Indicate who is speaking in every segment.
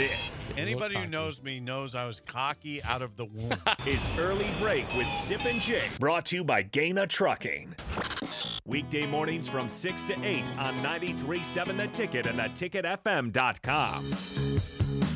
Speaker 1: Yes, anybody who knows me knows I was cocky out of the womb.
Speaker 2: His early break with Zip and Jake.
Speaker 3: Brought to you by Gaina Trucking.
Speaker 2: Weekday mornings from 6 to 8 on 93.7 The Ticket and theticketfm.com.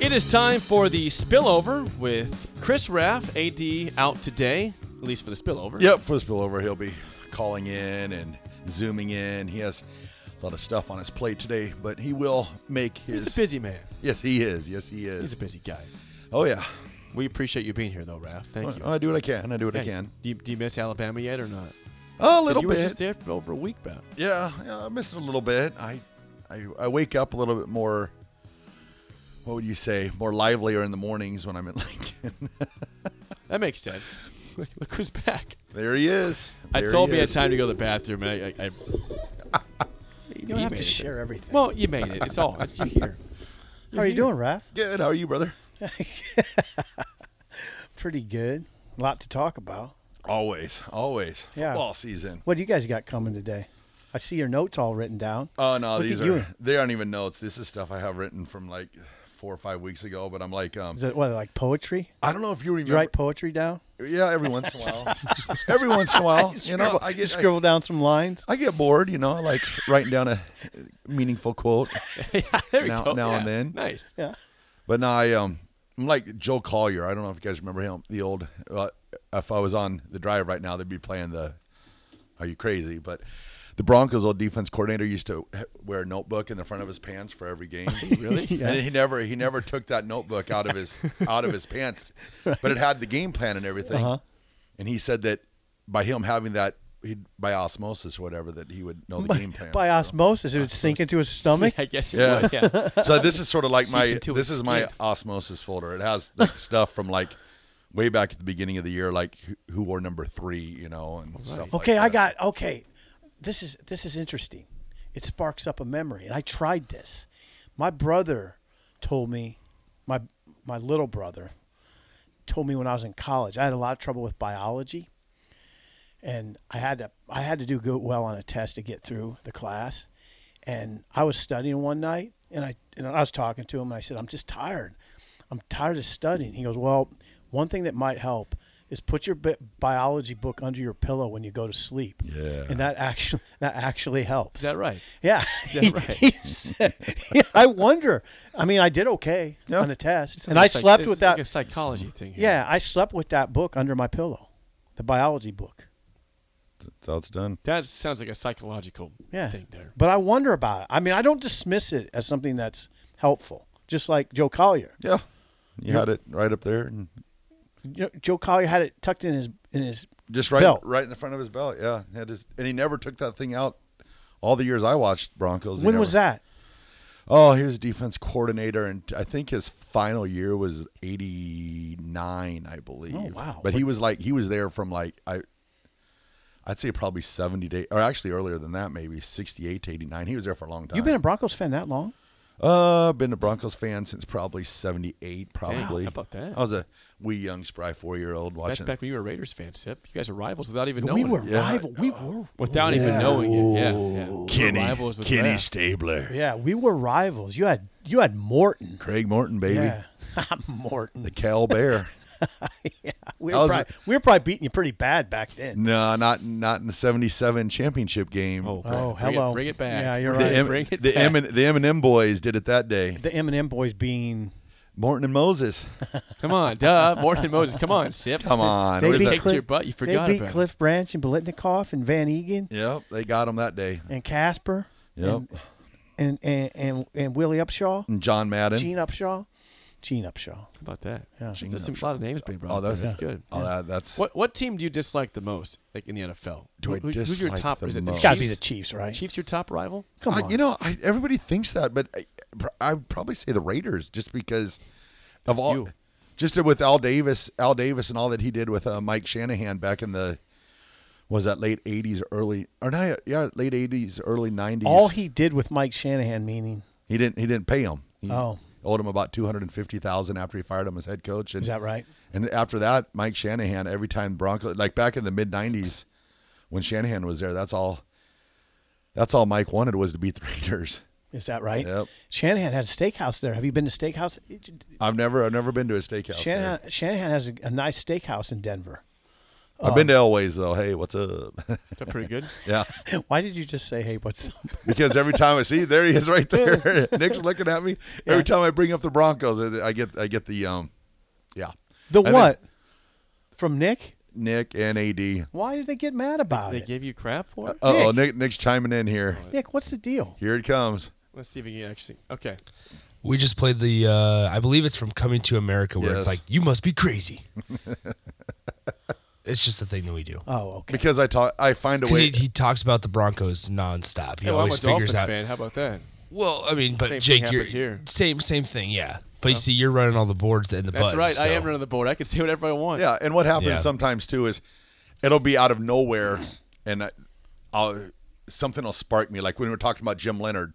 Speaker 4: It is time for the spillover with Chris Raff, AD, out today, at least for the spillover.
Speaker 5: Yep, for the spillover, he'll be calling in and zooming in. He has a lot of stuff on his plate today, but he will make his.
Speaker 4: He's a busy man.
Speaker 5: Yes, he is. Yes, he is.
Speaker 4: He's a busy guy.
Speaker 5: oh yeah,
Speaker 4: We appreciate you being here, though, Raff. Thank you.
Speaker 5: Well, I do what I can. I do what I
Speaker 4: Yeah.
Speaker 5: can.
Speaker 4: Do you, do you miss Alabama yet or not? 'Cause
Speaker 5: A little
Speaker 4: you
Speaker 5: bit.
Speaker 4: were just there for over a week, about.
Speaker 5: Yeah, yeah, I missed it a little bit. I, I, I wake up a little bit more. What would you say? More livelier in the mornings when I'm in Lincoln.
Speaker 4: That makes sense. Look, look who's back.
Speaker 5: there he is.
Speaker 4: I
Speaker 5: There
Speaker 4: told
Speaker 5: he
Speaker 4: me I had
Speaker 5: is.
Speaker 4: time to go to the bathroom, and I. I, I you
Speaker 6: You don't have
Speaker 4: made
Speaker 6: to
Speaker 4: it.
Speaker 6: share everything.
Speaker 4: Well, you made it. It's all. It's you here.
Speaker 6: How are you doing, Raph?
Speaker 5: Good. How are you, brother?
Speaker 6: Pretty good. A lot to talk about.
Speaker 5: Always, always.
Speaker 6: Yeah.
Speaker 5: Football season.
Speaker 6: What do you guys got coming today? I see your notes all written down.
Speaker 5: Oh no,
Speaker 6: Look
Speaker 5: these
Speaker 6: at
Speaker 5: are
Speaker 6: you.
Speaker 5: they aren't even notes. This is stuff I have written from like four or five weeks ago. But I'm like, um,
Speaker 6: Is it what like poetry?
Speaker 5: I don't know if you
Speaker 6: You
Speaker 5: remember.
Speaker 6: write poetry down?
Speaker 5: Yeah, every once in a while. every once in a while, you know, I
Speaker 6: You
Speaker 5: get I,
Speaker 6: scribble down some lines.
Speaker 5: I get bored. You know, I like writing down a meaningful quote.
Speaker 4: There we
Speaker 5: Now-
Speaker 4: go.
Speaker 5: now
Speaker 4: Oh, Yeah.
Speaker 5: and then.
Speaker 4: Nice.
Speaker 6: Yeah.
Speaker 5: But now I um I'm like Joe Collier. I don't know if you guys remember him. The old uh, if I was on the drive right now, they'd be playing the Are you crazy? But the Broncos old defense coordinator used to wear a notebook in the front of his pants for every game. really? And he never he never took that notebook out of his out of his pants. But it had the game plan and everything.
Speaker 6: Uh-huh.
Speaker 5: And he said that by him having that he'd, by osmosis or whatever that he would know the game plan.
Speaker 6: By
Speaker 5: So-
Speaker 6: osmosis, it would sink into his stomach.
Speaker 4: I guess you
Speaker 5: Yeah.
Speaker 4: would. Yeah.
Speaker 5: so this is sort of like my
Speaker 4: Seeps into
Speaker 5: this
Speaker 4: his
Speaker 5: is my
Speaker 4: skin.
Speaker 5: osmosis folder. It has like stuff from like way back at the beginning of the year, like who, who wore number three, you know, and stuff. like
Speaker 6: Okay, I
Speaker 5: that.
Speaker 6: got okay. This is this is interesting. It sparks up a memory, and I tried this. My brother told me, my my little brother told me when I was in college. I had a lot of trouble with biology, and I had to I had to do good well on a test to get through the class. And I was studying one night, and I and I was talking to him, and I said, "I'm just tired. I'm tired of studying." He goes, "Well, one thing that might help is put your bi- biology book under your pillow when you go to sleep."
Speaker 5: Yeah.
Speaker 6: and that actually that actually helps.
Speaker 4: Is that right?
Speaker 6: Yeah.
Speaker 4: that right?
Speaker 6: He said- yeah, I wonder. I mean, I did okay
Speaker 5: Yeah.
Speaker 6: on the test,
Speaker 4: It's
Speaker 6: and
Speaker 4: like
Speaker 6: I
Speaker 4: a psych-
Speaker 6: slept
Speaker 4: it's
Speaker 6: with that.
Speaker 4: Like a psychology thing. Here.
Speaker 6: Yeah, I slept with that book under my pillow, the biology book.
Speaker 5: So it's done.
Speaker 4: That sounds like a psychological
Speaker 6: Yeah.
Speaker 4: thing there.
Speaker 6: But I wonder about it. I mean, I don't dismiss it as something that's helpful, just like Joe Collier.
Speaker 5: Yeah, you had it right up there, and
Speaker 6: You know, Joe Collier had it tucked in his in his
Speaker 5: just right
Speaker 6: Belt.
Speaker 5: right in the front of his belt. Yeah, Had his- and he never took that thing out. All the years I watched Broncos. he
Speaker 6: When was
Speaker 5: never-
Speaker 6: that?
Speaker 5: Oh, he was defense coordinator, and I think his final year was '89, I believe.
Speaker 6: Oh, wow.
Speaker 5: But he was like he was there from like I, I'd say probably 70 days, or actually earlier than that, maybe 68 to 89. He was there for a long time.
Speaker 6: You've been a Broncos fan that long?
Speaker 5: uh been a Broncos fan since probably 78, probably.
Speaker 4: how about that?
Speaker 5: I was a wee young spry four year old
Speaker 4: That's
Speaker 5: watching.
Speaker 4: back when you were a Raiders fan, Sip. You guys are rivals without even knowing
Speaker 6: we
Speaker 4: it.
Speaker 6: were
Speaker 5: Yeah.
Speaker 6: rival. We were.
Speaker 4: Without even knowing it. Yeah. yeah. We were rivals with Raph.
Speaker 5: Stabler,
Speaker 6: Yeah, we were rivals. You had you had Morton.
Speaker 5: Craig Morton, baby,
Speaker 6: Yeah, Morton.
Speaker 5: the Cal Bear.
Speaker 6: We
Speaker 5: I
Speaker 6: were,
Speaker 5: was-
Speaker 6: probably, we were probably beating you pretty bad back then.
Speaker 5: no, not not in the '77 championship game.
Speaker 4: Oh,
Speaker 6: Oh,
Speaker 4: bring
Speaker 6: hello.
Speaker 4: It, bring it back.
Speaker 6: Yeah, you're
Speaker 4: Bring
Speaker 6: right.
Speaker 4: it-
Speaker 5: The, M-
Speaker 4: bring it
Speaker 5: the,
Speaker 4: back.
Speaker 5: M- the M&M boys did it that day.
Speaker 6: The M&M boys being
Speaker 5: Morton and Moses.
Speaker 4: Come on, duh. Morton and Moses. Come on, Sip.
Speaker 5: Come on.
Speaker 6: They
Speaker 5: Where's
Speaker 6: beat
Speaker 4: kicked
Speaker 5: that-
Speaker 6: Cliff-
Speaker 4: your butt. You forgot
Speaker 6: they beat
Speaker 4: about it.
Speaker 6: Cliff Branch and Belitnikoff and Van Egan
Speaker 5: Yep, they got him that day.
Speaker 6: and Casper
Speaker 5: Yep.
Speaker 6: and, and, and, and, and Willie Upshaw,
Speaker 5: And John Madden.
Speaker 6: Gene Upshaw, Gene Upshaw.
Speaker 4: How about that?
Speaker 6: Yeah.
Speaker 4: There's some- a lot of names being brought
Speaker 5: Oh,
Speaker 4: up there.
Speaker 5: that's,
Speaker 4: That's good.
Speaker 5: Oh, that, that's
Speaker 4: What what team do you dislike the most, like in the NFL?
Speaker 5: Do I
Speaker 4: Who- who's your
Speaker 5: dislike
Speaker 4: top?
Speaker 5: the
Speaker 4: is it
Speaker 5: most?
Speaker 6: It's got to be the Chiefs, right?
Speaker 4: Chiefs your top rival?
Speaker 6: Come
Speaker 5: I-
Speaker 6: on.
Speaker 5: you know, I, everybody thinks that, but I, I would probably say the Raiders just because of all,
Speaker 4: you.
Speaker 5: just with Al Davis, Al Davis, and all that he did with uh, Mike Shanahan back in the was that late '80s, early or no, yeah, late '80s, early '90s.
Speaker 6: All he did with Mike Shanahan, meaning,
Speaker 5: he didn't he didn't pay him. He,
Speaker 6: oh,
Speaker 5: owed him about two hundred and fifty thousand after he fired him as head coach. And,
Speaker 6: Is that right?
Speaker 5: And after that, Mike Shanahan, every time Bronco, like back in the mid '90s, when Shanahan was there, that's all. That's all Mike wanted was to beat the Raiders.
Speaker 6: Is that right?
Speaker 5: Yep.
Speaker 6: Shanahan has a steakhouse there. Have you been to steakhouse?
Speaker 5: I've never, I've never been to a steakhouse.
Speaker 6: Shanahan, Shanahan has a, a nice steakhouse in Denver.
Speaker 5: there. I've been to Elway's though. Hey, what's up?
Speaker 4: That's pretty good.
Speaker 5: yeah,
Speaker 6: Why did you just say, "Hey, what's up?"
Speaker 5: because every time I see, there he is right there. Nick's looking at me. Every time I bring up the Broncos, I, I get, I get the, um, yeah,
Speaker 6: The
Speaker 5: I think-
Speaker 6: what? From Nick?
Speaker 5: Nick and AD.
Speaker 6: Why did they get mad about
Speaker 4: They
Speaker 6: it?
Speaker 4: gave you crap for it?
Speaker 5: Uh oh,
Speaker 6: Nick.
Speaker 5: Nick, Nick's chiming in here.
Speaker 6: Nick, what's the deal?
Speaker 5: Here it comes.
Speaker 4: Let's see if he can actually. Okay.
Speaker 7: We just played the, uh, I believe it's from Coming to America, where
Speaker 5: Yes.
Speaker 7: it's like, you must be crazy. it's just a thing that we do.
Speaker 6: Oh, okay.
Speaker 5: Because I talk, I find a
Speaker 7: Because
Speaker 5: way.
Speaker 7: he, he talks about the Broncos nonstop. He
Speaker 4: Hey, well, Oh, I'm a
Speaker 7: always
Speaker 4: Dolphins
Speaker 7: figures out.
Speaker 4: fan. How about that?
Speaker 7: Well, I mean, but
Speaker 4: Same thing
Speaker 7: Jake, you're
Speaker 4: happened here.
Speaker 7: same same thing, yeah. But you see, you're running all the boards and the
Speaker 4: That's
Speaker 7: buttons.
Speaker 4: right. I
Speaker 7: so-
Speaker 4: am running the board. I can say whatever I want.
Speaker 5: yeah, and what happens
Speaker 7: Yeah.
Speaker 5: sometimes too is, it'll be out of nowhere, and I, I'll something will spark me. Like when we were talking about Jim Leonard,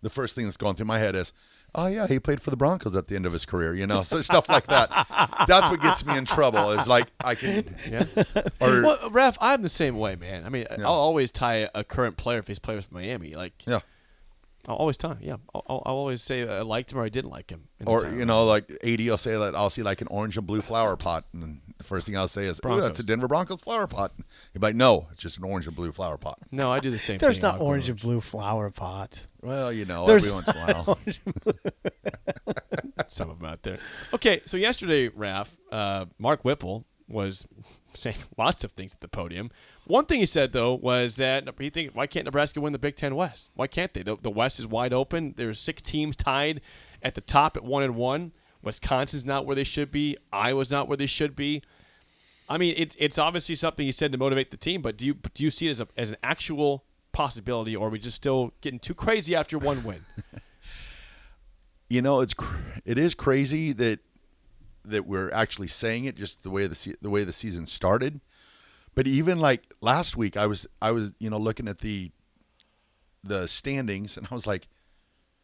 Speaker 5: the first thing that's going through my head is, oh yeah, he played for the Broncos at the end of his career. You know, so stuff like that. That's what gets me in trouble. Is like I can,
Speaker 4: Yeah.
Speaker 5: or
Speaker 4: Well, Raf, I'm the same way, man. I mean,
Speaker 5: Yeah.
Speaker 4: I'll always tie a current player if he's playing with Miami. Like,
Speaker 5: yeah.
Speaker 4: I'll always tie. Yeah, I'll, I'll I'll always say I liked him or I didn't like him. in the
Speaker 5: Or
Speaker 4: time.
Speaker 5: you know, like AD will say that I'll see like an orange and blue flower pot, and then the first thing I'll say is, "Oh, that's a
Speaker 4: Broncos.
Speaker 5: Denver Broncos flower pot." You're like, "No, it's just an orange and blue flower pot."
Speaker 4: no, I do the same.
Speaker 6: There's
Speaker 4: thing.
Speaker 6: not
Speaker 4: I'll go
Speaker 6: orange and blue flower pot.
Speaker 5: Well, you know,
Speaker 6: There's-
Speaker 5: every once in a while.
Speaker 4: some of them out there. Okay, so yesterday, Raf, uh, Mark Whipple was saying lots of things at the podium. One thing he said though was that he think why can't Nebraska win the Big Ten West? Why can't they? The, the West is wide open. There's six teams tied at the top at one and one. Wisconsin's not where they should be. Iowa's not where they should be. I mean, it's it's obviously something he said to motivate the team, but do you do you see it as a, as an actual possibility, or are we just still getting too crazy after one win?
Speaker 5: you know, it's cr- it is crazy that that we're actually saying it just the way the se- the way the season started. But even like last week, I was I was you know looking at the the standings, and I was like,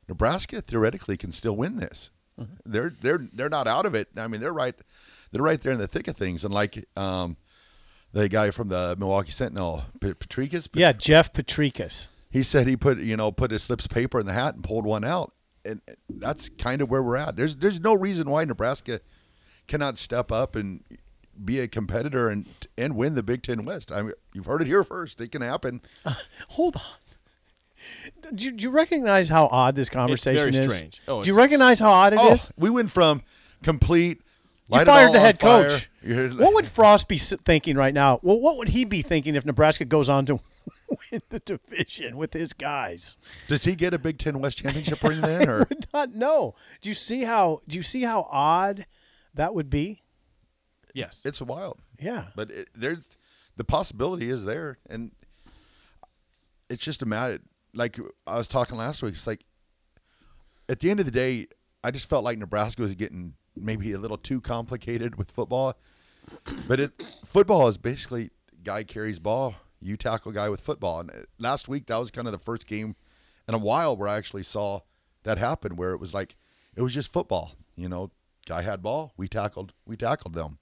Speaker 5: Nebraska theoretically can still win this. They're they're they're not out of it. I mean, they're right they're right there in the thick of things. And like um, the guy from the Milwaukee Sentinel, P- Patricus,
Speaker 6: Yeah, Jeff Patricus.
Speaker 5: he said he put you know put his slips of paper in the hat and pulled one out and that's kind of where we're at there's there's no reason why nebraska cannot step up and be a competitor and and win the big ten west i mean you've heard it here first it can happen
Speaker 6: Hold on. Do you, do you recognize how odd this conversation
Speaker 4: very
Speaker 6: is?
Speaker 4: strange. Oh,
Speaker 6: do you
Speaker 4: it's-
Speaker 6: recognize how odd it is?
Speaker 5: oh we went from complete light
Speaker 6: you
Speaker 5: it
Speaker 6: fired
Speaker 5: all
Speaker 6: the
Speaker 5: on
Speaker 6: head
Speaker 5: fire.
Speaker 6: coach.
Speaker 5: You're-
Speaker 6: What would Frost be s- thinking right now? Well, what would he be thinking if Nebraska goes on to win the division with his guys?
Speaker 5: does he get a big ten west championship ring then or
Speaker 6: Not no. Do you see how? Do you see how odd that would be?
Speaker 4: Yes,
Speaker 5: it's wild
Speaker 6: Yeah.
Speaker 5: but it, there's the possibility is there, and it's just a matter. Like I was talking last week, it's like at the end of the day, I just felt like Nebraska was getting maybe a little too complicated with football. But it football is basically guy carries ball, you tackle guy with football. And uh, last week that was kind of the first game in a while where I actually saw that happen, where it was like it was just football. You know, guy had ball, we tackled, we tackled them,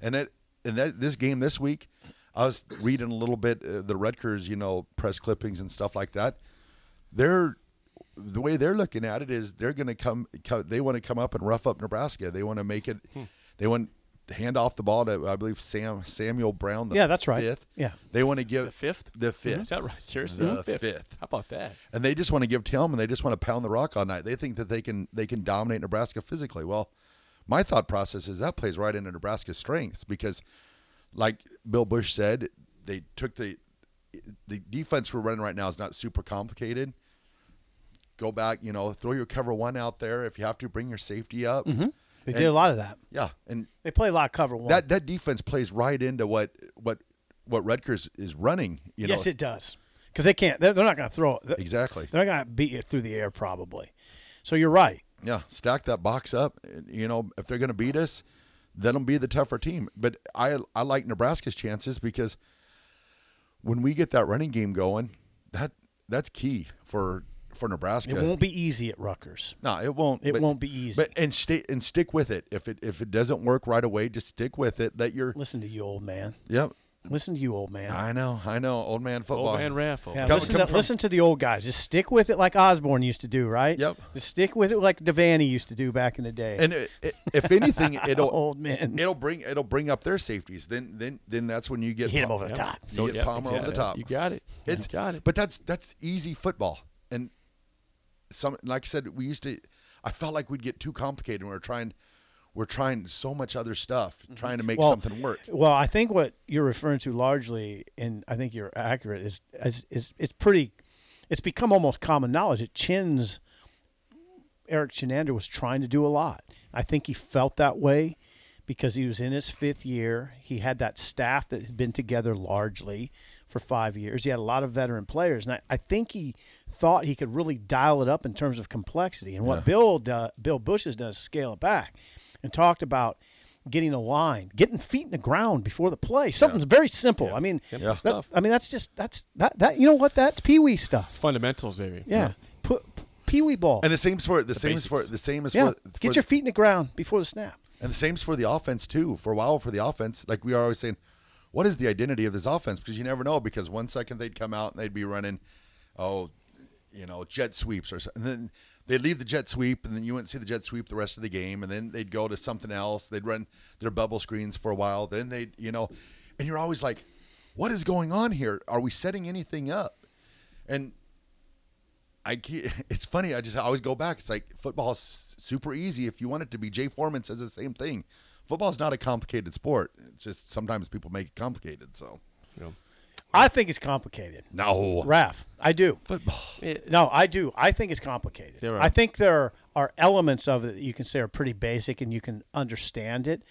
Speaker 5: and it and that this game this week, I was reading a little bit uh, the Rutgers, you know, press clippings and stuff like that they're the way they're looking at it is they're going to come, co- they want to come up and rough up Nebraska. They want to make it
Speaker 4: Hmm.
Speaker 5: they want to hand off the ball to I believe Sam Samuel Brown the
Speaker 6: Yeah, that's right.
Speaker 5: fifth.
Speaker 6: Yeah.
Speaker 5: They want to give
Speaker 4: The fifth? Mm-hmm.
Speaker 5: The 5th.
Speaker 4: Is that right? Seriously?
Speaker 5: The fifth.
Speaker 4: How about that?
Speaker 5: And they just want to give Tillman and they just want to pound the rock all night. They think that they can they can dominate Nebraska physically. Well, my thought process is that plays right into Nebraska's strengths because like Bill Bush said, they took the the defense we're running right now is not super complicated. Go back, you know, throw your cover one out there if you have to bring your safety up.
Speaker 6: They did a lot of that.
Speaker 5: Yeah, and
Speaker 6: They play a lot of cover one.
Speaker 5: that that defense plays right into what what what Rutgers is running. You know,
Speaker 6: yes, it does. Because they can't. They're, they're not going to throw it. They're,
Speaker 5: exactly.
Speaker 6: they're not going to beat it through the air probably. So you're right.
Speaker 5: Yeah, stack that box up. and, You know, if they're going to beat us, then will be the tougher team. But I I like Nebraska's chances because when we get that running game going, that that's key for for Nebraska.
Speaker 6: It won't be easy at Rutgers.
Speaker 5: No, it won't.
Speaker 6: It won't be easy.
Speaker 5: But and stay and stick with it. If it if it doesn't work right away, just stick with it. That you're.
Speaker 6: Listen to you, old man.
Speaker 5: Yep.
Speaker 6: Listen to you, old man.
Speaker 5: I know. I know. Old man football.
Speaker 4: Old man Raff.
Speaker 6: Yeah,
Speaker 5: Come-
Speaker 6: listen,
Speaker 5: come
Speaker 6: to,
Speaker 5: from-
Speaker 6: listen to the old guys. Just stick with it like Osborne used to do, right?
Speaker 5: Yep.
Speaker 6: Just stick with it like Devaney used to do back in the day.
Speaker 5: And it, it, if anything, it'll
Speaker 6: old men
Speaker 5: it'll bring it'll bring up their safeties. Then then then that's when you get
Speaker 6: hit him
Speaker 5: Pal-
Speaker 6: over the top.
Speaker 5: You get Palmer over the top.
Speaker 4: You got it.
Speaker 5: It's
Speaker 4: you got it.
Speaker 5: But that's that's easy football. And some like I said, we used to I felt like we'd get too complicated when we were trying we're trying so much other stuff,
Speaker 4: Mm-hmm.
Speaker 5: trying to make something work.
Speaker 6: Well, I think what you're referring to largely, and I think you're accurate, is is, is it's pretty, it's become almost common knowledge. It chins. Eric Chenander was trying to do a lot. I think he felt that way because he was in his fifth year. He had that staff that had been together largely for five years. He had a lot of veteran players, and I, I think he thought he could really dial it up in terms of complexity. And what Bill do, Bill Bush has done is scale it back and talked about getting a line, getting feet in the ground before the play. Something's very simple. I mean,
Speaker 4: Simple Yeah.
Speaker 6: that-
Speaker 4: stuff.
Speaker 6: I mean that's just that's that that you know what that's pee wee stuff.
Speaker 4: Fundamentals, baby.
Speaker 6: Yeah, put pee wee ball.
Speaker 5: And the same's for the, same's for
Speaker 4: basics.
Speaker 5: the same as
Speaker 6: Yeah,
Speaker 5: for, for
Speaker 6: get
Speaker 5: the-
Speaker 6: your feet in the ground before the snap.
Speaker 5: And the same's for the offense too. For a while, for the offense, like we are always saying, what is the identity of this offense? Because you never know. Because one second they'd come out and they'd be running, oh, you know, jet sweeps or something. And then they'd leave the jet sweep, and then you wouldn't see the jet sweep the rest of the game. And then they'd go to something else. They'd run their bubble screens for a while. Then they'd, you know, and you're always like, what is going on here? Are we setting anything up? And I ke- it's funny. I just always go back. It's like football's super easy if you want it to be. Jay Foreman says the same thing. Football's not a complicated sport. It's just sometimes people make it complicated. So
Speaker 6: I think it's complicated.
Speaker 5: no,
Speaker 6: Raf, I do.
Speaker 5: football.
Speaker 6: No, I do. I think it's complicated.
Speaker 4: There are-
Speaker 6: I think there are elements of it that you can say are pretty basic and you can understand it.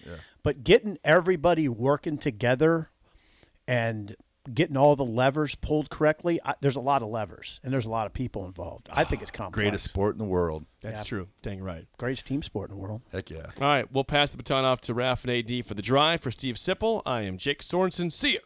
Speaker 6: But getting everybody working together and getting all the levers pulled correctly, I, there's a lot of levers and there's a lot of people involved. I think it's complex.
Speaker 5: Greatest sport in the world.
Speaker 4: That's true. Dang right.
Speaker 6: Greatest team sport in the world.
Speaker 5: Heck yeah.
Speaker 4: All right, we'll pass the baton off to Raf and AD for the drive. For Steve Sipple, I am Jake Sorensen. See ya.